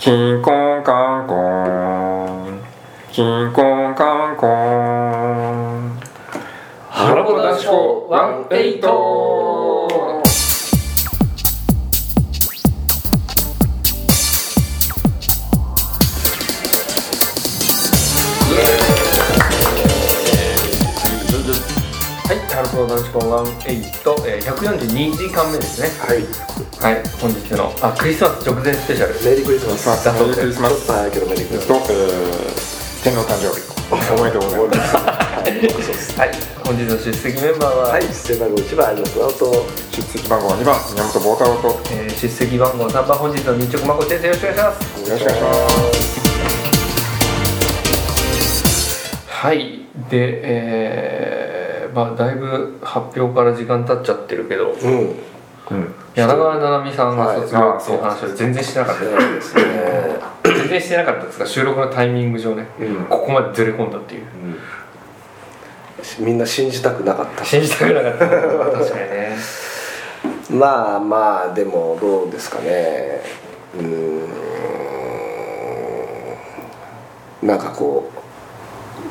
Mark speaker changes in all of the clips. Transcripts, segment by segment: Speaker 1: キンコンカンコンキンコンカンコン
Speaker 2: 腹ぼ男子校ワンエイトはい、ハルコの男子校ワンエイト、えー、142時間目ですね。
Speaker 3: はい、
Speaker 2: はい、本日のあクリスマス直前スペシャル。
Speaker 3: メリークリスマス。
Speaker 2: あ
Speaker 1: メリークリスマ
Speaker 3: ちょ
Speaker 1: ス
Speaker 3: っと早いけどメリーク
Speaker 1: え
Speaker 3: リ
Speaker 1: っ
Speaker 3: ス
Speaker 1: と、
Speaker 3: マ
Speaker 1: えー、天皇誕生 日おめでとうございます
Speaker 3: ス。
Speaker 2: はい、本日の出席メンバーは、
Speaker 3: はい、出番号一番有馬と
Speaker 1: 出席番号2番宮本坊太郎とよ
Speaker 2: えー出席番号3番本日の日直まこ先生よろしくお願いします。
Speaker 1: ろしくお願いします
Speaker 2: はいでえー、まあだいぶ発表から時間経っちゃってるけど
Speaker 3: うん。
Speaker 1: うん
Speaker 2: 柳川七海さんの卒業っていう
Speaker 1: はい
Speaker 2: 話を全然してなかった、
Speaker 3: ですね。
Speaker 2: 全然してなかったですが収録のタイミング上ね、
Speaker 3: うん
Speaker 2: ここまでずれ込んだっていう
Speaker 3: みんな信じたくなかっ
Speaker 2: 信じたくなかった 確かにね
Speaker 3: た。まあまあでもどうですかね。うーん。なんかこ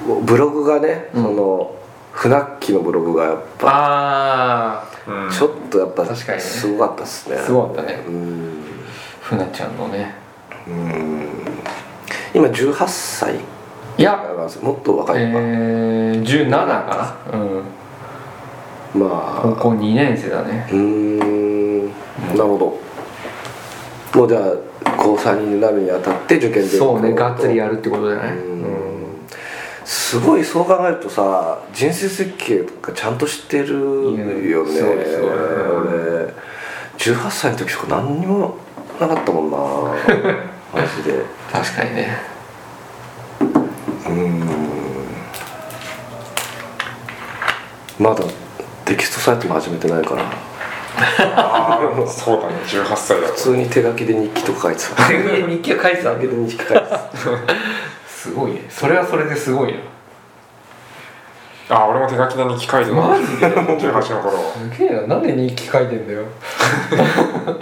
Speaker 3: うブログがね、そのフナッキのブログがやっぱ
Speaker 2: あ
Speaker 1: うん
Speaker 3: ちょっとやっぱ
Speaker 2: 確かにね
Speaker 3: すごかったですね。
Speaker 2: あすごかったね
Speaker 3: うん。
Speaker 2: ふなちゃんのね
Speaker 3: 今18歳
Speaker 2: いや
Speaker 3: もっと
Speaker 2: え
Speaker 3: 若いのか、
Speaker 2: ー、17かなうん
Speaker 3: まあ
Speaker 2: 高校2年生だね
Speaker 3: うーんなるほどもうじゃあ高3になるにあたって受験勉強
Speaker 2: そうね
Speaker 3: と
Speaker 2: がっつりやるってことじゃ
Speaker 3: う
Speaker 2: ないうん
Speaker 3: んすごいそう考えるとさ人生設計とかちゃんとしてるよ
Speaker 2: い
Speaker 3: ね
Speaker 2: やそうですよね
Speaker 3: 俺18歳の時とか何にもなかったも んなマジで
Speaker 2: 確かにね
Speaker 3: まだテキストサイトも始めてないから
Speaker 1: あーそうだね18歳だ
Speaker 3: 普通に手書きで日記とか書いて た手
Speaker 2: 日記を書いてたわ
Speaker 3: 書きで日記書いてた
Speaker 2: すごいねそれはそれですごいな
Speaker 1: あー俺も手書きの日記書いてた
Speaker 2: マ
Speaker 1: ジで18の頃
Speaker 2: すげえななんで日記書いてんだよ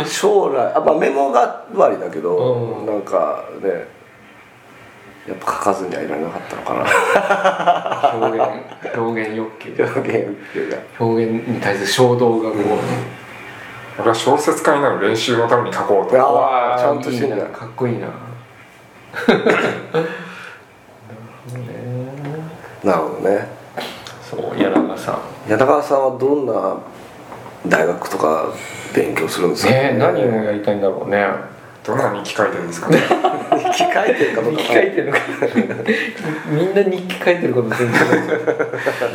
Speaker 3: 将来あ、まあ、メモ代わりだけど、
Speaker 2: うん
Speaker 3: なんかねやっぱ書かずにはいられな かったのか
Speaker 2: 表現表現欲求
Speaker 3: な表現っていうか
Speaker 2: 表現に対する衝動がこう、
Speaker 1: 俺は小説家になる練習のために書こうと
Speaker 3: あ
Speaker 2: わあ
Speaker 3: ちゃんとしてんじゃん
Speaker 2: いいなかっこい いななるほどね
Speaker 3: なるほどね
Speaker 2: そう柳川さん
Speaker 3: 柳川さんはどんな大学とか勉強するんですか
Speaker 2: ねえ何をやりたいんだろうね
Speaker 1: どんな日記書いてるんですか ね
Speaker 3: 生き返ってるかどうか
Speaker 2: 日記書いてるのかみんな日記書いてること全然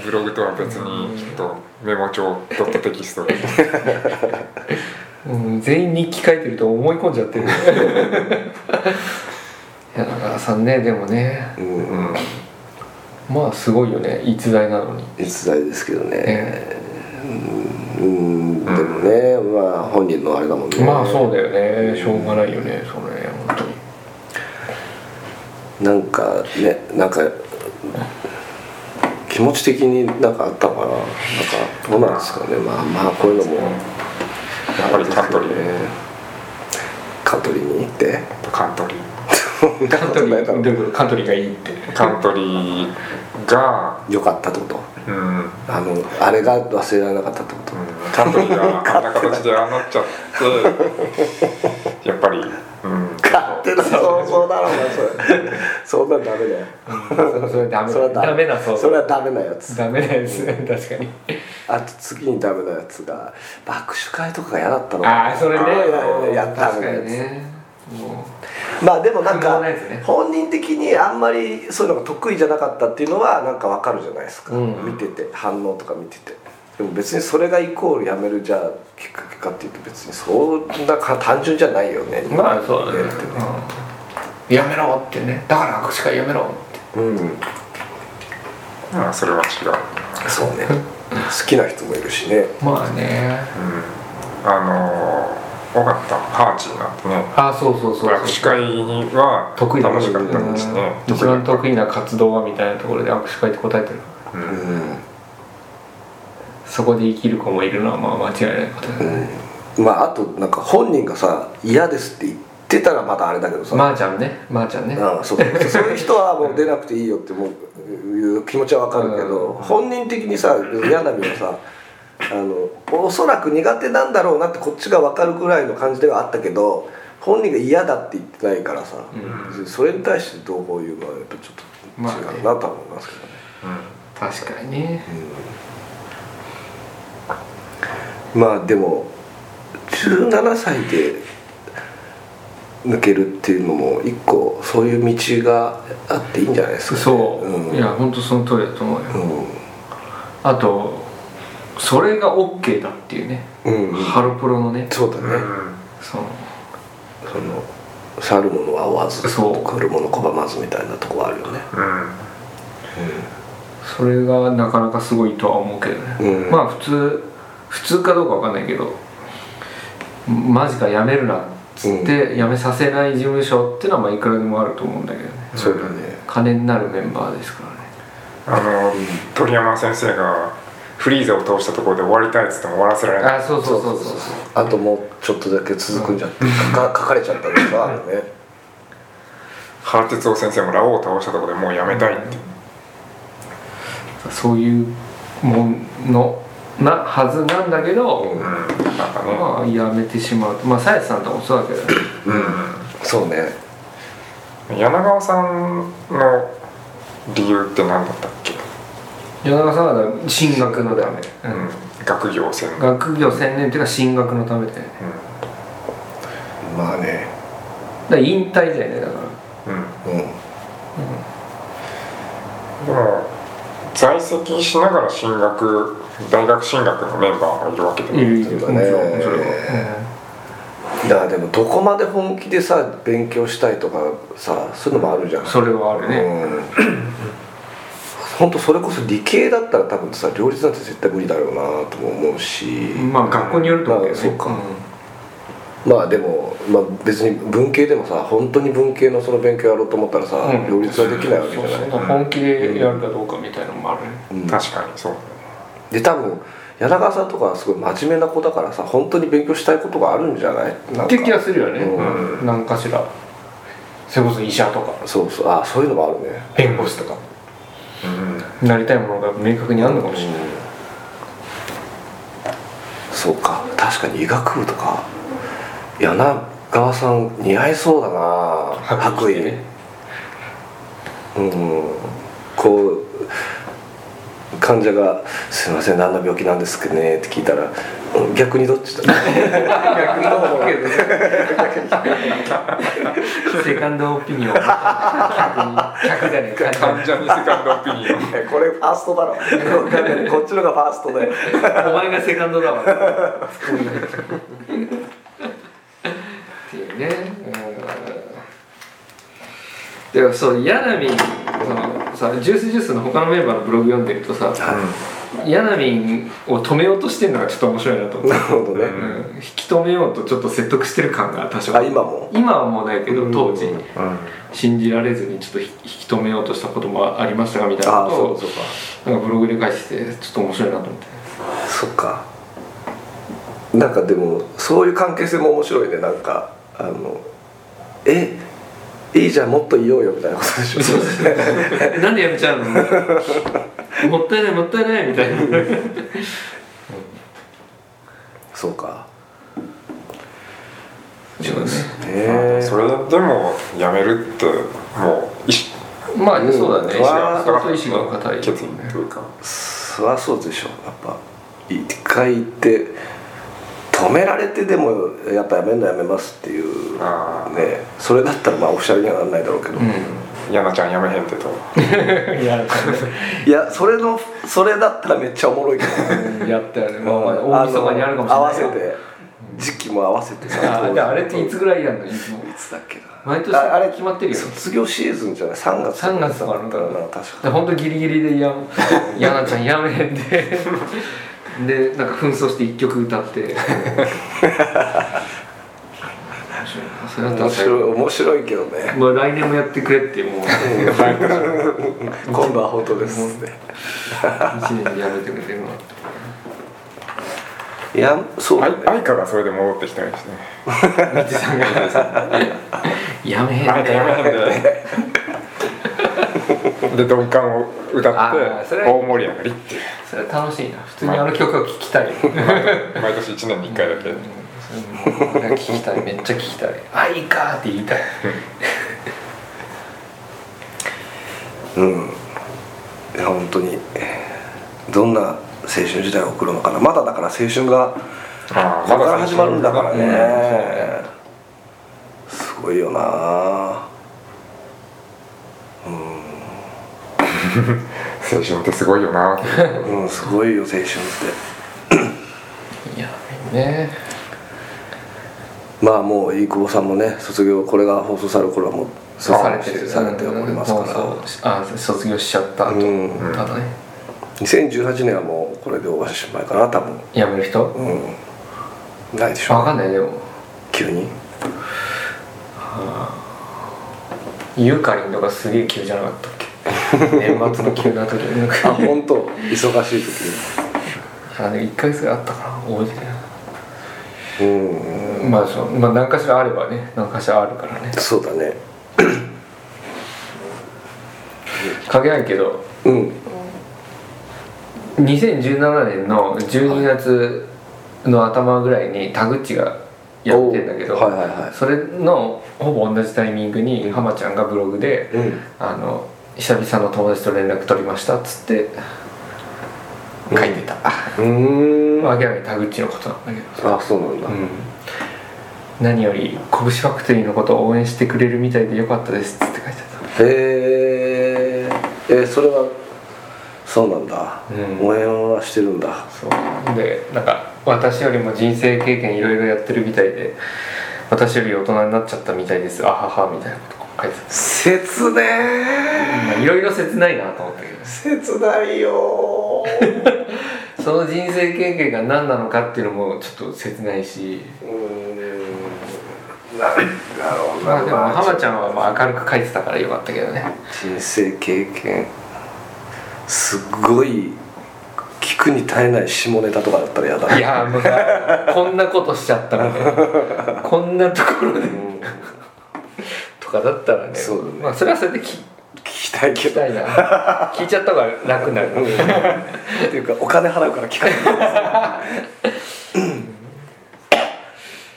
Speaker 1: ブログとは別にちょっとメモ帳ドットテキストで
Speaker 2: うん、全員日記書いてると思い込んじゃってるいやだからさんねでもね
Speaker 3: うん
Speaker 1: うん
Speaker 2: まあすごいよね逸材なのに、
Speaker 3: 逸材ですけどね
Speaker 2: え
Speaker 3: うんでもねまあ本人のあれだもん
Speaker 2: え
Speaker 3: ね
Speaker 2: まあそうだよねしょうがないよねそれ本当に
Speaker 3: なんかねなんか気持ち的になんかあったのかななんかどうなんですかねまあまあこういうのも
Speaker 1: やっぱりカントリーね
Speaker 3: カントリーに行って
Speaker 1: カントリー
Speaker 2: カントリ
Speaker 3: なんか
Speaker 2: ーどういうことカントリーがいいって
Speaker 1: カントリーが、
Speaker 3: よかったってこと
Speaker 1: うんうん、
Speaker 3: あのあれが忘れられなかったってこと、
Speaker 1: カントリー があんな形でああなっちゃってやっぱり、うん、
Speaker 3: 勝手な想像だろうな それそんなんダメだよ
Speaker 2: それはダメ
Speaker 3: それはダ
Speaker 2: ダメ
Speaker 3: メ
Speaker 2: なそう
Speaker 3: それはダメなやつ
Speaker 2: ダメなやつ確かに
Speaker 3: あと次にダメなやつが握手会とかが嫌だったの
Speaker 2: ああそれね
Speaker 3: あーややった
Speaker 2: 確
Speaker 3: みた
Speaker 2: か
Speaker 3: いなやつ
Speaker 2: にねも
Speaker 3: まあでもなん
Speaker 2: 不毛
Speaker 3: か
Speaker 2: なやつね
Speaker 3: 本人的にあんまりそういうのが得意じゃなかったっていうのはなんかわかるじゃないですか、
Speaker 2: うん
Speaker 3: 見てて反応とか見ててでも別にそれがイコールやめるじゃあきっかけかっていうと別にそんなか単純じゃないよね
Speaker 2: うまあそうだね、
Speaker 3: やってね
Speaker 2: うんやめろってねだから握手会やめろって
Speaker 3: うん
Speaker 1: まあそれは違う、
Speaker 3: そうね好きな人もいるしね
Speaker 2: まあね
Speaker 1: うん、あのー、多かったパーチーなんてね
Speaker 2: あそうそうそう
Speaker 1: 握手会には
Speaker 2: 得意だもん
Speaker 1: 楽しかったんですね
Speaker 2: うん一番得意な活動はみたいなところで握手会って答えてる
Speaker 1: う
Speaker 3: うんん、
Speaker 2: そこで生きる子もいるのはまあ間違いないことだね
Speaker 3: まああとなんか本人がさ嫌ですって言っってたらまだあれだけどさ、
Speaker 2: まーちゃんねまーちゃんね
Speaker 3: うん、そうそういう人はもう出なくていいよってもういう気持ちはわかるけ
Speaker 2: う
Speaker 3: ど、
Speaker 2: ん
Speaker 3: 本人的にさ嫌なみはさあのおそらく苦手なんだろうなってこっちが分かるぐらいの感じではあったけど本人が嫌だって言ってないからさ、それに対してどうこういうのはやっぱちょっと違うなとは思いますけどね。
Speaker 2: 確かにね
Speaker 3: まあでも17歳で抜けるっていうのも一個そういう道があっていいんじゃないですか、
Speaker 2: そう、
Speaker 3: うん
Speaker 2: いや本当その通りだと思うよ、
Speaker 3: う
Speaker 2: あとそれが OK だっていうね、
Speaker 3: ん、うん、
Speaker 2: ハロプロのね
Speaker 3: そうだね、
Speaker 2: その
Speaker 3: その去る者は追わず
Speaker 2: そう
Speaker 3: 来る者拒まずみたいなとこはあるよね
Speaker 2: それがなかなかすごいとは思うけどね、
Speaker 3: うん
Speaker 2: まあ普通普通かどうかわかんないけどマジか辞めるなっつって辞めさせない事務所ってのはまあいくらでもあると思うんだけどね
Speaker 3: そうだね
Speaker 2: 金になるメンバーですからね
Speaker 1: あの鳥山先生がフリーザを通したところで終わりたいっつっても終わらせられない
Speaker 2: あそうそうそうそう
Speaker 3: あともうちょっとだけ続くんじゃって、かか書かれちゃったりとかあるね
Speaker 1: 原哲夫先生もラオウを倒したところでもうやめたいって
Speaker 2: そういうものなはずなんだけど、
Speaker 3: うん
Speaker 1: なんかね
Speaker 2: まあ辞めてしまうとまあさやさんとかもそうだけどね
Speaker 3: そうね
Speaker 1: 柳川さんの理由って何だったっけ、
Speaker 2: 世永さんはだから進学のため、うん
Speaker 1: うん、学業専門
Speaker 2: 学業専念っていうか進学のためだよね
Speaker 3: まあね
Speaker 2: だから引退だよねだから
Speaker 1: うん
Speaker 3: う
Speaker 1: でも在籍しながら進学大学進学のメンバーもいるわけで、
Speaker 2: いるい
Speaker 3: そ
Speaker 2: る
Speaker 3: うだ
Speaker 2: も
Speaker 3: ね
Speaker 2: ちろんそれは、
Speaker 3: んだからでもどこまで本気でさ勉強したいとかさそういうのもあるじゃん
Speaker 2: うんそれはあるね、
Speaker 3: うん本当それこそ理系だったら多分さ両立なんて絶対無理だろうなとも思うし、
Speaker 2: まあ学校によると思うけどね
Speaker 3: まあそうかまあでも、まあ、別に文系でもさ本当に文系のその勉強やろうと思ったらさ、
Speaker 2: うん
Speaker 3: 両立はできないわけじゃない、
Speaker 2: そうそう本気でやるかどうかみたいなのもあるね、
Speaker 3: うん
Speaker 1: 確かにそう
Speaker 3: で多分柳川さんとかはすごい真面目な子だからさ本当に勉強したいことがあるんじゃないなんか
Speaker 2: って気がするよね、
Speaker 3: うん
Speaker 2: うん何かしらそれこそ医者とか
Speaker 3: そうそうあそういうのもあるね
Speaker 2: 弁護士とか
Speaker 1: だね、うん
Speaker 2: なりたいものが明確にあるのかもしれない、
Speaker 3: そうか確かに医学部とか柳川さん似合いそうだな白衣、うんこう患者が「すいません何の病気なんですかね」って聞いたらうん「逆にどっちだ?」
Speaker 2: 逆の方がセカンドオピニオン客に客じゃねえ患者
Speaker 1: 患者にセカンドオピ ニオン
Speaker 3: これファーストだろこっちのがファーストだよ
Speaker 2: お前がセカンドだわ。っていうね。うん、でもそう柳そのさジュースジュースの他のメンバーのブログ読んでるとさ、柳を止めようとしてるのがちょっと面白いなと思って
Speaker 3: なるほどね、
Speaker 2: うん、引き止めようとちょっと説得してる感が多少
Speaker 3: あ今も
Speaker 2: 今はもうないけど当時
Speaker 1: うん
Speaker 2: 信じられずにちょっと引き止めようとしたこともありましたがみたいな
Speaker 3: ああ
Speaker 2: こ
Speaker 3: そうか
Speaker 2: と
Speaker 3: そ
Speaker 2: を
Speaker 3: うか
Speaker 2: なんかブログで書いててちょっと面白いなと思って。
Speaker 3: そっかなんかでもそういう関係性も面白いねなんかあのえいいじゃんもっといようよみたいなことでしょそうですね
Speaker 2: なんでやめちゃうの もったいないもったいないみたいな
Speaker 3: そうか
Speaker 2: そうね
Speaker 3: へえ
Speaker 1: それでもやめるってもう意思
Speaker 2: まあ、
Speaker 3: うん
Speaker 2: そうだね
Speaker 3: うわー
Speaker 2: 相当意志が固い
Speaker 1: 決意というか
Speaker 3: そりゃそうでしょやっぱ一回行って止められてでもやっぱやめるのやめますっていうね
Speaker 1: あ
Speaker 3: それだったらまあオフィシャルにはならないだろうけど、
Speaker 1: あやなちゃんやめへんってと
Speaker 2: うんやった
Speaker 3: いやそれのそれだったらめっちゃおもろいけどね
Speaker 2: ねやったよね、 まあまあ、大晦日にあるかもしれない
Speaker 3: 合わせて時期も合わせて
Speaker 2: あーであれっていつ
Speaker 3: い
Speaker 2: ぐらいやんのいつも
Speaker 3: つだっけな
Speaker 2: 毎年
Speaker 3: ああれ
Speaker 2: 決まってるよ
Speaker 3: 卒業シーズンじゃない3月
Speaker 2: 3月とかあ
Speaker 3: だ
Speaker 2: る
Speaker 3: っ
Speaker 2: ん
Speaker 3: た
Speaker 2: だ
Speaker 3: ら
Speaker 2: ろ
Speaker 3: な
Speaker 2: う
Speaker 3: 確
Speaker 2: で
Speaker 3: か
Speaker 2: 本当ギリギリでや「やなちゃんやめ」ってでなんか紛争して一曲歌って面白いなそれだった
Speaker 3: 面
Speaker 2: ら最後
Speaker 3: 白い面白いけどね
Speaker 2: もう来年もやってくれってもう
Speaker 3: 今度は本当ですって
Speaker 2: 一年でやめてくれてるのは
Speaker 3: いやそうだ
Speaker 1: 愛
Speaker 3: ね
Speaker 1: 愛花がそれで戻ってきたりしてね
Speaker 2: 三手さんがやめへん
Speaker 1: 愛花やめへんでで鈍感を歌
Speaker 2: あ
Speaker 1: っ
Speaker 2: ー
Speaker 1: て
Speaker 2: それは
Speaker 1: 大盛り上がりってい
Speaker 2: それ楽しいな普通にあの曲を聴きたいうん
Speaker 1: う毎年1年に1回だけ
Speaker 2: それも聴きたいめっちゃ聴きたいあいいかって言いたい
Speaker 3: うんいや本当にどんな青春時代を送るのかなまだだから青春が
Speaker 1: あー
Speaker 3: ここから始まるんだからね、
Speaker 1: うん
Speaker 3: すごいよな
Speaker 1: 青春ってすごいよなって
Speaker 3: うんすごいよ青春って
Speaker 2: いやね
Speaker 3: まあもう飯久保さんもね卒業これが放送される頃はもう卒業
Speaker 2: されてる
Speaker 3: されておりますから
Speaker 2: もうそうあ卒業しちゃった後、
Speaker 3: うん
Speaker 2: ただね
Speaker 3: 2018年はもうこれでおしまいかな多分
Speaker 2: 辞める人わ
Speaker 3: うんないでしょ
Speaker 2: かんないでも
Speaker 3: 急に
Speaker 2: ユーカリンとかすげえ急じゃなかったっ け年末の急な時になん
Speaker 3: あ
Speaker 2: か
Speaker 3: 本当忙しい時
Speaker 2: あの1ヶ月ぐらいあったかな覚えてな
Speaker 3: にうん
Speaker 2: いまあそうまあ何かしらあればね何かしらあるからね
Speaker 3: そうだね
Speaker 2: 関係ないけど
Speaker 3: うん
Speaker 2: 2017年の12月の頭ぐらいに田口がやってんだけど、
Speaker 3: おはいはいはい
Speaker 2: それのほぼ同じタイミングに浜ちゃんがブログで「
Speaker 3: うん
Speaker 2: あの久々の友達と連絡取りました」っつって書いてた、
Speaker 3: うーん
Speaker 2: まあ明らかに田口のことなんだけど
Speaker 3: あそうなんだ、
Speaker 2: 何より「拳ファクトリーのことを応援してくれるみたいでよかったです」っつって書いて
Speaker 3: へーえーそれはそうなんだ、
Speaker 2: うん
Speaker 3: 応援はしてるんだ
Speaker 2: あったそうでなんか私よりも人生経験いろいろやってるみたいで私より大人になっちゃったみたいですあははみたいなこと書いて
Speaker 3: 切ね
Speaker 2: たいろいろ切ないなと思ったけど
Speaker 3: 切ないよ ー
Speaker 2: その人生経験が何なのかっていうのもちょっと切ないし
Speaker 3: うーんなんだろう
Speaker 2: まあ
Speaker 3: な、
Speaker 2: でも
Speaker 3: まあ、
Speaker 2: 浜ちゃんはまあ明るく書いてたからよかったけどね
Speaker 3: 人生経験すっごい聞くに耐えない下ネタとかだったら嫌だ
Speaker 2: いやーもうさこんなことしちゃったらねこんなところで
Speaker 3: うん聞
Speaker 2: とかだったらね
Speaker 3: そうだね
Speaker 2: まあ、それはそれで聞
Speaker 3: きたいけ
Speaker 2: き
Speaker 3: ど
Speaker 2: た いな聞いちゃった方が楽になる
Speaker 3: っていうかお金払うから聞かない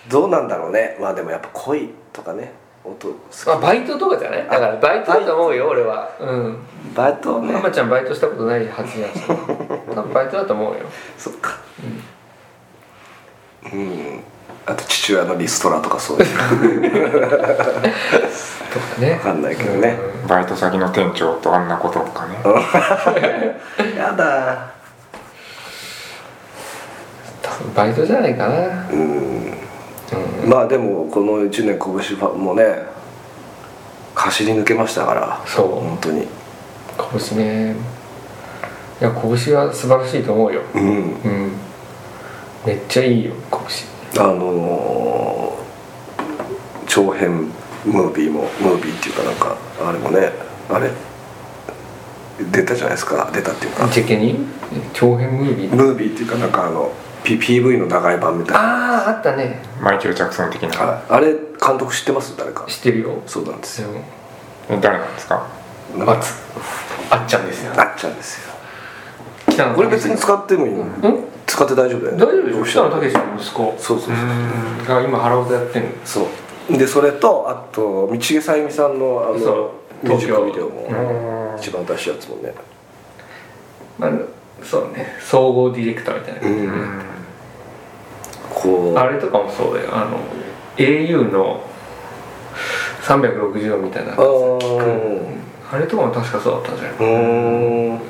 Speaker 3: どうなんだろうねまあでもやっぱ恋とかね音好き
Speaker 2: まあバイトとかじゃないだからバイトだと思うよ俺はうん
Speaker 3: バイトね
Speaker 2: ママちゃんバイトしたことないはずやし多分バイトだと思うよ
Speaker 3: そっかうん、あと父親のリストラとかそういう
Speaker 2: とかね
Speaker 3: わかんないけどね
Speaker 1: バイト先の店長とあんなこととかね
Speaker 3: やだ
Speaker 2: 多分バイトじゃないかなうん
Speaker 3: まあでもこの1年拳ファンもね走り抜けましたから
Speaker 2: そう
Speaker 3: 本当に
Speaker 2: 拳ねいや拳は素晴らしいと思うよ
Speaker 3: うん
Speaker 2: うんめっちゃいいよ拳
Speaker 3: あのー長編ムービーもムービーっていうかなんかあれもねあれ出たじゃないですか出たっていうか
Speaker 2: チェケに長編ムービー
Speaker 3: ムービーっていうかなんかあの、P、PV の長い版みたいな
Speaker 2: あああったね
Speaker 1: マイケル・ジャクソン的な
Speaker 3: はいあれ監督知ってます誰か
Speaker 2: 知ってるよ
Speaker 3: そうなんです
Speaker 2: で
Speaker 3: よ
Speaker 2: も
Speaker 1: え誰なんですか
Speaker 3: なん
Speaker 2: あ
Speaker 3: か
Speaker 2: つあっちゃんですよ
Speaker 3: なっちゃうんですよ
Speaker 2: 北野
Speaker 3: これ別に使ってもいいの、
Speaker 2: うん
Speaker 3: 使って大丈夫だよ
Speaker 2: 大
Speaker 3: ね
Speaker 2: 丈夫でしょ
Speaker 3: どうし
Speaker 2: 北
Speaker 3: たの
Speaker 2: 野武の息子
Speaker 3: そうそうそう
Speaker 2: が今ハローでやってる
Speaker 3: そうでそれとあと道重さゆみさんのあの
Speaker 2: そう
Speaker 3: ミュージックビデオ
Speaker 2: 東京
Speaker 3: も一番出しいやつもね
Speaker 2: まあそうね総合ディレクターみたいな、
Speaker 3: うんこう
Speaker 2: あれとかもそうだよあの au の360度みたいな
Speaker 3: あー
Speaker 2: あれとかも確かそうだったんじゃないう
Speaker 3: ー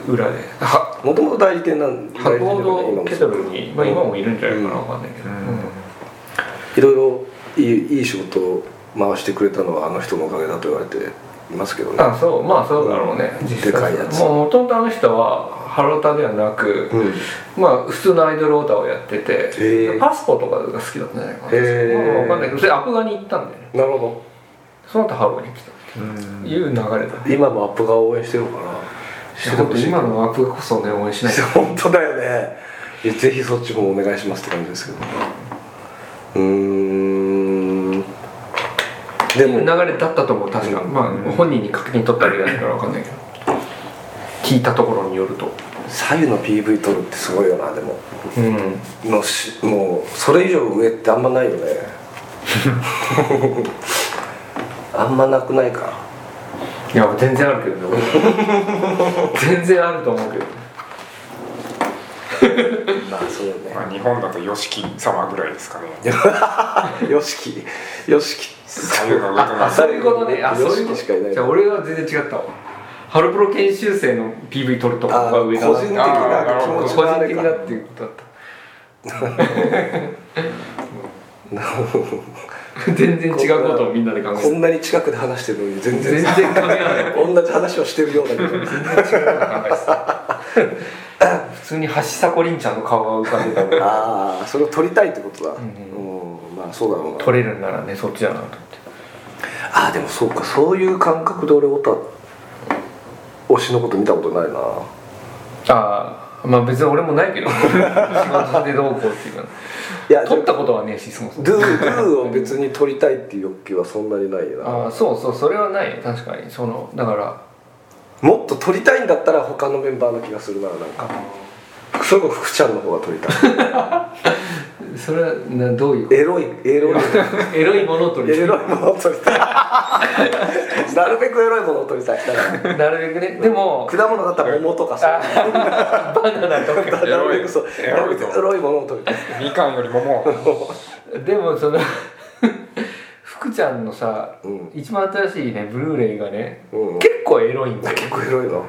Speaker 3: ん
Speaker 2: 裏では
Speaker 3: もともと代理店なん代
Speaker 2: 箱
Speaker 3: 理店とかね
Speaker 2: ほど
Speaker 3: 今も
Speaker 2: ケ
Speaker 3: そ
Speaker 2: ト
Speaker 3: う
Speaker 2: ルに、まあ、今もいるんじゃないかな
Speaker 3: うん
Speaker 2: わかんないけど、
Speaker 3: いろいろいいいい仕事を回してくれたのはあの人のおかげだと言われていますけどね
Speaker 2: あそうまあそうだろうね、
Speaker 3: うん
Speaker 2: 実際
Speaker 3: でかいやつ
Speaker 2: もともとあの人はハロタではなく、
Speaker 3: うん
Speaker 2: まあ普通のアイドルオータをやって
Speaker 3: へ
Speaker 2: て
Speaker 3: え
Speaker 2: パスポとかが好きだったんじゃないかな、
Speaker 3: へえ
Speaker 2: まあ、わかんないけどそれアプガに行ったんだよね
Speaker 3: なるほ
Speaker 2: その後ハローに来たっていう流れだ
Speaker 3: ど今もアップが応援してるのかなしてほしいけど
Speaker 2: 今のアップこそね応援しないと
Speaker 3: 本当だよねいやぜひそっちもお願いしますって感じですけどうーんで
Speaker 2: いう
Speaker 3: も
Speaker 2: 流れだったと思う確か、まあ本人に確認取ったわけじゃないから分かんないけど聞いたところによると
Speaker 3: 左右の PV 撮るってすごいよなでも
Speaker 2: うん
Speaker 3: のしもうそれ以上上ってあんまない よねあんまなくないか
Speaker 2: いや全然あるけ どね俺全然あると思うけど
Speaker 3: まあそうね
Speaker 1: まあ、日本だと YOSHIKI 様ぐらいですかね
Speaker 3: よしきよ しき
Speaker 1: 左右が上とな
Speaker 2: あ
Speaker 1: る
Speaker 2: そういうことねあそういうこ
Speaker 3: YOSHIKI
Speaker 2: と
Speaker 3: しかいない
Speaker 2: じゃあ俺は全然違ったわハロプロ研修生の PV 撮るとこ
Speaker 3: あ
Speaker 2: が
Speaker 3: 個
Speaker 2: 上
Speaker 3: 人
Speaker 2: だわ
Speaker 1: あー
Speaker 3: 的
Speaker 1: な
Speaker 3: な
Speaker 1: るほど
Speaker 2: 個
Speaker 3: 気持ちのあ
Speaker 2: 人
Speaker 3: れ
Speaker 2: 的
Speaker 3: か
Speaker 2: だっていうことだった全然違うことをみんなで考え
Speaker 3: こ
Speaker 2: て
Speaker 3: んなに近くで話してるのに全
Speaker 2: 全
Speaker 3: 然
Speaker 2: 然考えない
Speaker 3: 同じ話をしてるようだけど
Speaker 2: 普通に橋迫凛ちゃんの顔が浮かんでたの
Speaker 3: ああそれを撮りたいってことだ、
Speaker 2: ん
Speaker 3: うんまあそうだろうな
Speaker 2: 撮れるんならねそっちだなと思って
Speaker 3: ああでもそうかそういう感覚で俺オタ推しのこと見たことないな
Speaker 2: ああまあ別に俺もないけど仕事でどうこうっていうか
Speaker 3: いや
Speaker 2: 撮ったことはねえしそもそも
Speaker 3: ドゥドゥを別に撮りたいっていう欲求はそんなにないな
Speaker 2: ああそうそうそれはない確かにそのだから
Speaker 3: もっと撮りたいんだったら他のメンバーの気がするななんかそれこそ福ちゃんの方が撮りたい
Speaker 2: それはなどういう
Speaker 3: エロいエロい
Speaker 2: エロいものを撮り
Speaker 3: エロいものを撮りたいなるべくエロいものを撮りたいだから
Speaker 2: なるべくねでも
Speaker 3: 果物だったら桃とかさ
Speaker 2: あバナナと か
Speaker 3: なるべくそう
Speaker 1: エロい
Speaker 3: エロいものを撮りたい
Speaker 1: みかんよりももう
Speaker 2: でもその 福ちゃんのさ、
Speaker 3: うん
Speaker 2: 一番新しいねブルーレイがね、
Speaker 3: うん
Speaker 2: 結構エロいん だよ
Speaker 3: 結構エロいの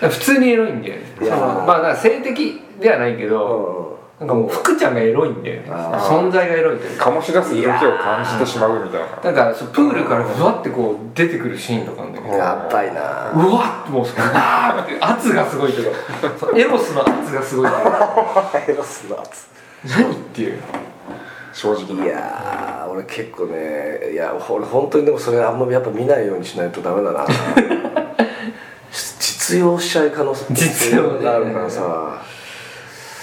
Speaker 2: 普通にエロいんだよねそ
Speaker 3: い
Speaker 2: の
Speaker 3: やー
Speaker 2: まあだから性的ではないけど、なんかもう福ちゃんがエロいんだよね
Speaker 3: あ
Speaker 1: ー
Speaker 2: 存在がエロいというか
Speaker 1: 醸し出す色気を感じてしまうみたいな
Speaker 2: なんかそうプールからふわってこう出てくるシーンとかあるんだけど
Speaker 3: うんやばいな
Speaker 2: うわっもうそのあーって圧がすごいというか そのエロスの圧がすごいというか
Speaker 3: エロすなつ
Speaker 2: 何っていう
Speaker 1: 正直
Speaker 3: い
Speaker 1: に
Speaker 3: やー俺結構ねいや俺本当にでもそれあんまやっぱ見ないようにしないとダメだな実用しちゃい可能性
Speaker 2: 実用ね
Speaker 3: があるからさ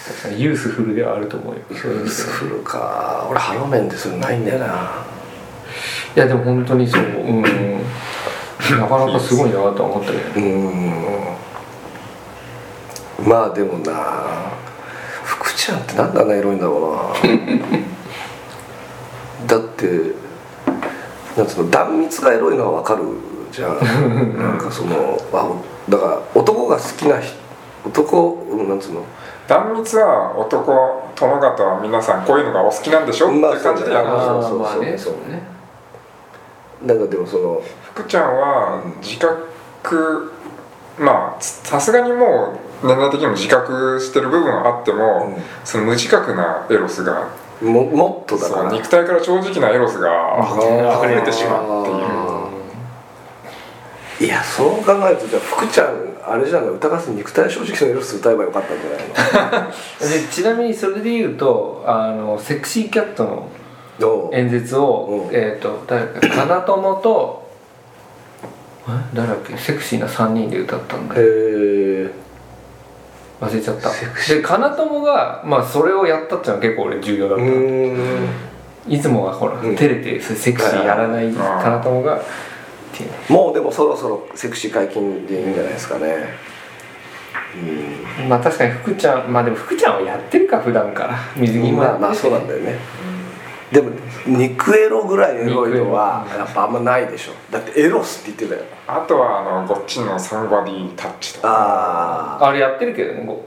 Speaker 2: 確かにユースフルではあると思うよそういう意味で
Speaker 3: スフルか俺ハロメンでそれないんだよない
Speaker 2: やでも本当にそう うんなかなかすごいなとは思ったけど
Speaker 3: うーんまあでもな福ちゃんってなんであんなエロいんだろうなだってなんつうの断蜜がエロいのはわかるじゃんなんかそのあだから男が好きな人男うんなんつうの
Speaker 1: 断蜜は男殿方は皆さんこういうのがお好きなんでしょって
Speaker 3: まあ
Speaker 1: いう感じでやるんですよ
Speaker 3: あー
Speaker 2: ー
Speaker 3: そうそうそう
Speaker 2: うね
Speaker 3: なんかでもその
Speaker 1: 福ちゃんは自覚まあつさすがにもう年代的にも自覚してる部分はあっても、
Speaker 3: うん
Speaker 1: その無自覚なエロスが
Speaker 3: ももっとだ
Speaker 1: そ
Speaker 3: か
Speaker 1: の
Speaker 3: ら
Speaker 1: 肉体から正直なエロスが
Speaker 3: あ
Speaker 1: 溢
Speaker 3: ー
Speaker 1: れてしまうっていう
Speaker 3: いやそう考えるとじゃあ福ちゃんあれじゃない歌合戦肉体正直のエロス歌えばよかったんじゃないの
Speaker 2: でちなみにそれで言うとあのセクシーキャットの
Speaker 3: どう
Speaker 2: 演説を、
Speaker 3: うん
Speaker 2: えっ、と誰か金友とえ誰だっけセクシーな3人で歌ったんだよ
Speaker 3: へえ
Speaker 2: 忘れちゃった
Speaker 3: セク
Speaker 2: で金友が、まあ、それをやったっていうのは結構俺重要だ
Speaker 3: う
Speaker 2: った、
Speaker 3: ーん
Speaker 2: いつもはほら、
Speaker 3: うん
Speaker 2: 照れてセクシーやらない金友がっていうね
Speaker 3: もうでもそろそろセクシー解禁でいいんじゃないですかね
Speaker 2: まあ確かに福ちゃんまあでも福ちゃんはやってるか普段から水
Speaker 3: う
Speaker 2: 着
Speaker 3: ん
Speaker 2: も
Speaker 3: まあまあそうなんだよねでも肉エロぐらいエロいのはやっぱあんまないでしょだってエロスって言ってたよ
Speaker 1: あとはあのごっちのサンバディタッチとか
Speaker 3: あ
Speaker 2: あれやってるけどねこ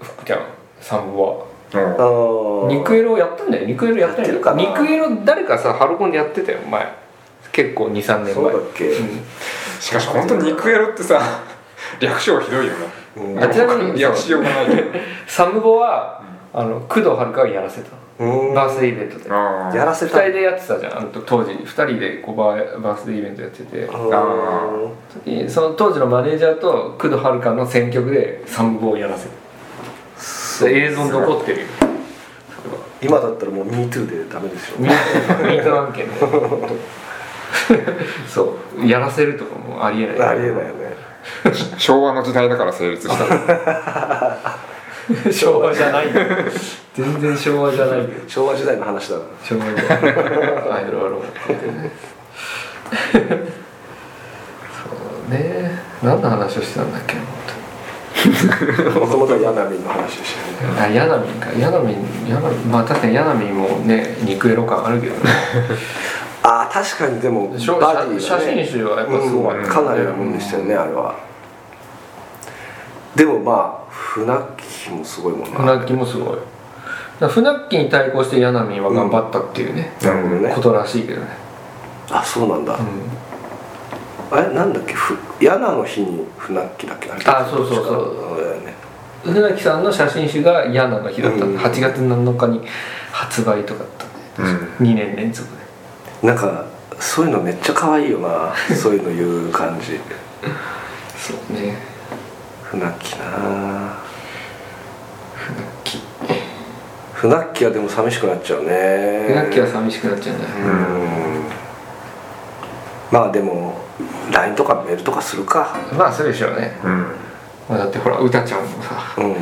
Speaker 2: う福ちゃんさんは
Speaker 1: うん
Speaker 3: あの
Speaker 2: 肉エロやったんだよ肉エロやって
Speaker 3: や
Speaker 2: る
Speaker 3: ってるかな
Speaker 2: 肉エロ誰かさハロコンでやってたよ前結構23年前
Speaker 3: そうだっけ
Speaker 1: しかし本当に肉エロってさ 略称ひどいよね、
Speaker 3: うん
Speaker 1: でも
Speaker 2: あちなみに
Speaker 1: 略しようがないけど
Speaker 2: サムボはあの工藤遥がやらせた
Speaker 3: うん
Speaker 2: バースデーイベントで
Speaker 1: あ
Speaker 3: や
Speaker 1: ー
Speaker 3: らせ
Speaker 2: 2
Speaker 3: た
Speaker 2: 人でやってたじゃんあの当時2人でこうバーバースデーイベントやってて
Speaker 3: うん
Speaker 2: 時にその当時のマネージャーと工藤遥の選曲でサムボをやらせた映像残ってるよ
Speaker 3: 今だったらもう「MeToo」でダメですよ
Speaker 2: ミート案件で そうやらせるとかもありえない
Speaker 3: ありえないよね
Speaker 1: 昭和の時代だから成立した
Speaker 2: 昭和じゃないよ 全然昭和じゃないよ
Speaker 3: 昭和時代の話だ な
Speaker 2: 昭和じゃないアイドルアローそうね何の話をしてたんだっけ
Speaker 3: もともとヤナミの話でし
Speaker 2: あヤナミンかヤナミンヤナミンまあ確かにヤナミンもね肉エロ感あるけどね
Speaker 3: たああ確かにでも
Speaker 2: しょ
Speaker 3: バディ
Speaker 2: 写写真集はやっぱすごい、
Speaker 3: うんかなりなもんでしたよね、あれはでもまあ船木もすごいもんな
Speaker 2: 船木もすごいだから船木に対抗して柳は頑張ったっていうね、
Speaker 1: なるほどね
Speaker 3: ね
Speaker 2: ことらしいけどね、
Speaker 3: あそうなんだ、
Speaker 2: うん、
Speaker 3: あれなんだっけふヤナの日に船木だっけあれ
Speaker 2: あそうそうそう
Speaker 3: だよね
Speaker 2: 船木さんの写真集が柳の日だった、
Speaker 3: うん
Speaker 2: 8月7日に発売とかだったね、
Speaker 1: うん
Speaker 2: 2年連続で
Speaker 3: なんかそういうのめっちゃ可愛い よなそういうの言う感じ
Speaker 2: そうね
Speaker 3: 船木な
Speaker 2: 船木
Speaker 3: 船木はでも寂しくなっちゃうね
Speaker 2: 船木は寂しくなっちゃうんじゃない、
Speaker 3: うんまあでも LINE とかメールとかするか
Speaker 2: まあそうでしょうね、
Speaker 1: うん
Speaker 2: まあ、だってほら歌ちゃんもさ
Speaker 3: うん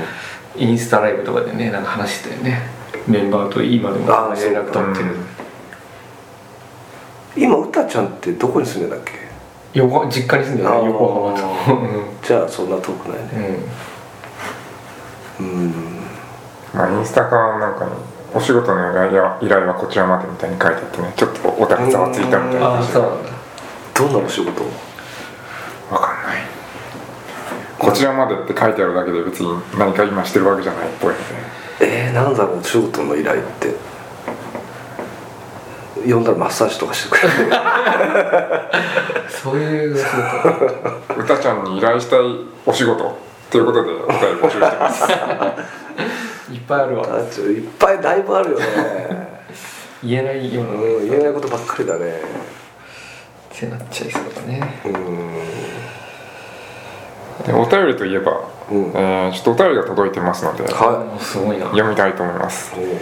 Speaker 2: インスタライブとかでねなんか話してたよねメンバーと今でも
Speaker 3: あー
Speaker 2: 連絡
Speaker 3: そ
Speaker 2: 取ってる、
Speaker 3: 今うたちゃんってどこに住んでんだっけ
Speaker 2: 横実家に住んでる
Speaker 3: あー
Speaker 2: ね横 浜と
Speaker 3: じゃあそんな遠くないね
Speaker 2: うんうん
Speaker 3: うん
Speaker 1: まあインスタかなんかにお仕事の依頼は依頼はこちらまでみたいに書いてあってねちょっとおたくざわついたみたいな
Speaker 2: ああ
Speaker 1: 感じで
Speaker 2: そう
Speaker 1: わ
Speaker 2: なんだ
Speaker 3: どんなお仕事
Speaker 1: かんないこちらまでって書いてあるだけで別に何か今してるわけじゃないっぽいので
Speaker 3: えー、なんだろうお仕事の依頼って呼んだらマッサージとかしてくれる
Speaker 2: そういうそうか
Speaker 1: うたちゃんに依頼したいお仕事ということでお便り募集してます
Speaker 2: いっぱいあるわ
Speaker 3: あちょいっぱいだいぶあるよね
Speaker 2: 言えないような
Speaker 3: うん言えないことばっかりだね
Speaker 2: ってなっちゃいそうだね
Speaker 3: うん
Speaker 1: でお便りといえば、
Speaker 3: うん
Speaker 1: えーちょっとお便りが届いてますので
Speaker 3: は
Speaker 2: もうすごいな
Speaker 1: 読みたいと思います
Speaker 3: い、うん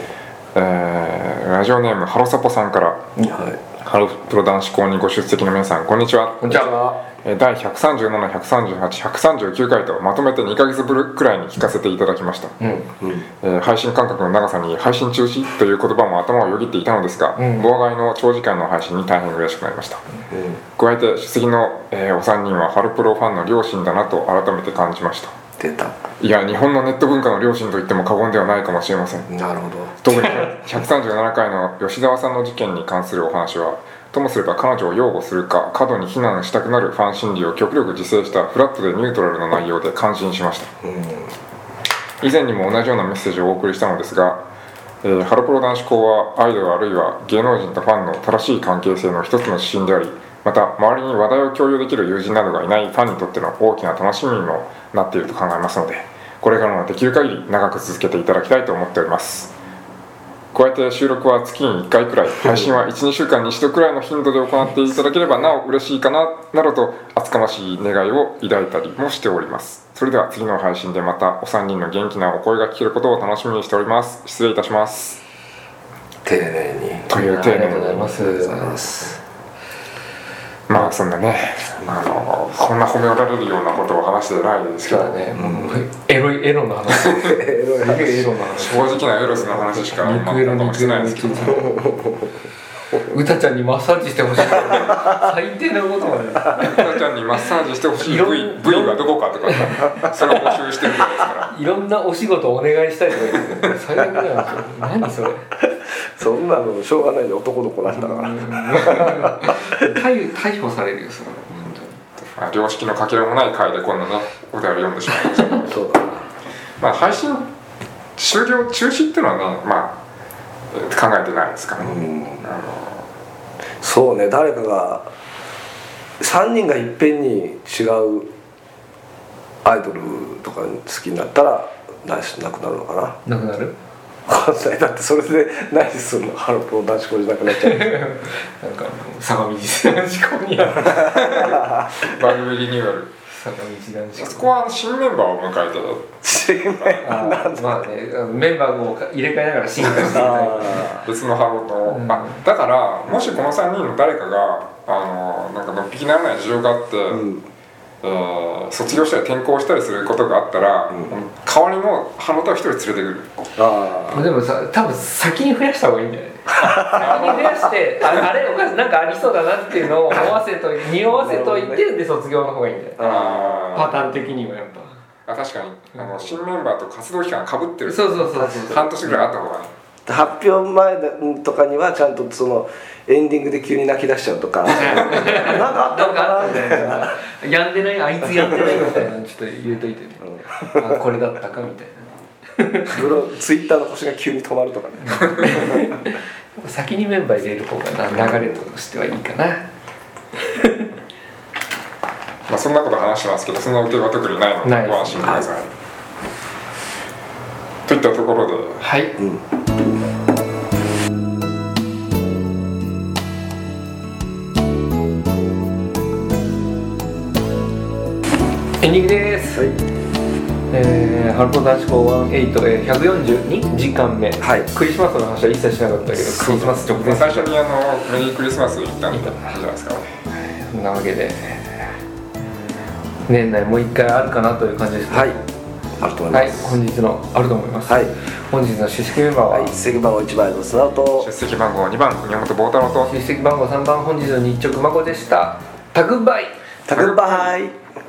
Speaker 1: えーラジオネームハロサポさんから
Speaker 3: はい
Speaker 1: ハロプロ男子校にご出席の皆さんこんにちは
Speaker 2: こんにちは
Speaker 1: えー第137138139回とまとめて2ヶ月ぶりくらいに聞かせていただきました、
Speaker 2: うん
Speaker 3: うん
Speaker 1: えー配信間隔の長さに配信中止という言葉も頭をよぎっていたのですが、
Speaker 2: うん
Speaker 1: 妨害の長時間の配信に大変嬉しくなりました、加えて出席の、えーお三人はハロプロファンの両親だなと改めて感じました
Speaker 3: 出た
Speaker 1: いや日本のネット文化の両親と言っても過言ではないかもしれません
Speaker 3: なるほど
Speaker 1: 特に137回の吉沢さんの事件に関するお話はともすれば彼女を擁護するか過度に非難したくなるファン心理を極力自制したフラットでニュートラルな内容で感心しました
Speaker 3: う
Speaker 1: 以前にも同じようなメッセージをお送りしたのですが、えーハロプロ男子校はアイドルあるいは芸能人とファンの正しい関係性の一つの指針でありまた周りに話題を共有できる友人などがいないファンにとっての大きな楽しみにもなっていると考えますのでこれからもできる限り長く続けていただきたいと思っております加えて収録は月に1回くらい配信は12週間に1度くらいの頻度で行っていただければなお嬉しいかななどと厚かましい願いを抱いたりもしておりますそれでは次の配信でまたお三人の元気なお声が聞けることを楽しみにしております失礼いたします
Speaker 3: ん丁寧に
Speaker 1: という
Speaker 2: あ
Speaker 1: 丁
Speaker 2: りがとうござ
Speaker 1: 寧
Speaker 2: い
Speaker 1: に
Speaker 2: ます
Speaker 3: ありがとうござい ます
Speaker 1: まあそんなねあのこんな褒められるようなことを話してないですけ
Speaker 2: 今日
Speaker 1: ど
Speaker 2: はね、もうエロいエロの話エロいエロの話
Speaker 1: 正直なエロスの話しかまあ
Speaker 2: 肉エロ
Speaker 1: なんか
Speaker 2: 肉
Speaker 1: して
Speaker 2: エ
Speaker 1: ない
Speaker 2: ロ
Speaker 1: ですけど
Speaker 2: うたちゃんにマッサージしてほしい最低なことまで
Speaker 1: 赤ちゃんにマッサージしてほしい部位部位はどこかとかそれを募集してるんですから
Speaker 2: いろんなお仕事お願いしたいとか言ってる最悪だよ何それ
Speaker 3: そんなのしょうがないで男の子なんだから
Speaker 2: 逮逮捕されるよそれ本
Speaker 1: まあ良識のかけらもない回でこんなねお便り読んでしまいました
Speaker 3: そうだな
Speaker 1: まあ配信終了中止っていうのはねまあえー考えてないですからね、
Speaker 3: うん
Speaker 1: あの
Speaker 3: そうね誰かが3人がいっぺんに違うアイドルとか好きになったらなしなくなるのかな
Speaker 2: 当になくなる
Speaker 3: わかんないだってそれで何するのハロプロ男子校じゃなくなっ ちゃう
Speaker 2: なんか相模地男子校にある
Speaker 1: 番組リニューアル
Speaker 2: 相模地男子校
Speaker 1: そこは新メンバーを迎えて
Speaker 3: 違いない
Speaker 2: あーまあねあのメンバーも入れ替えながら進化していた
Speaker 3: あ
Speaker 1: 別のハロと、
Speaker 2: うん
Speaker 1: あだからもしこの3人の誰かがあのなんかのっぴきならない事情があって、
Speaker 3: ーうん
Speaker 1: えー卒業したり転校したりすることがあったら、代わりの花田を一人連れてくる
Speaker 3: あ
Speaker 2: まあでもさ多分先に増やした方がいいんじゃない先に増やしてああれおかしいなんかありそうだなっていうのを思わせといて匂わせとい
Speaker 3: なるほ
Speaker 2: て、で卒業の方がいいんじゃないパ
Speaker 1: あ
Speaker 2: ターン的にはやっぱ
Speaker 1: あ確かにあの新メンバーと活動期間かぶってる
Speaker 2: そうそうそうそう
Speaker 1: 半年ぐらいあった方がいい
Speaker 3: あ発表前とかにはちゃんとそのエンディングで急に泣き出しちゃうとか なんかあった
Speaker 2: な
Speaker 3: の
Speaker 2: んかあ
Speaker 3: か
Speaker 2: っ
Speaker 3: なみ
Speaker 2: た
Speaker 3: た
Speaker 2: みたい
Speaker 3: いな
Speaker 2: なやんでないあいつやんでないみたいなのちょっと入れといてねあこれだったかみたいな
Speaker 3: ブロツイッターの腰が急に止まるとかね
Speaker 2: 先にメンバー入れる方がな流れとしてはいいかな
Speaker 1: まあ、そんなこと話してますけどそんな予定は特にないので
Speaker 2: ないです
Speaker 1: ご安心ください、といったところで
Speaker 2: はいエンディングです、
Speaker 3: はい
Speaker 2: えー、ハルコ男子校18、えー、142時間目、
Speaker 3: はい
Speaker 2: クリスマスの話は一切しなかったけどクリスマス直
Speaker 1: まあ
Speaker 2: 前
Speaker 1: 最初にあのメリークリスマス行ったんじゃないですか
Speaker 2: そんなわけで年内もう一回あるかなという感じですね
Speaker 3: はいあると思い
Speaker 2: は
Speaker 3: ま
Speaker 2: い
Speaker 3: す
Speaker 2: 本日のあると思います、
Speaker 3: はい
Speaker 2: 本日の出席メンバーは、
Speaker 3: はい席番を1枚のスナウと
Speaker 1: 出席番号2番宮本坊太郎と
Speaker 2: 出席番号3番本日の日直孫でした宅配
Speaker 3: タクバイ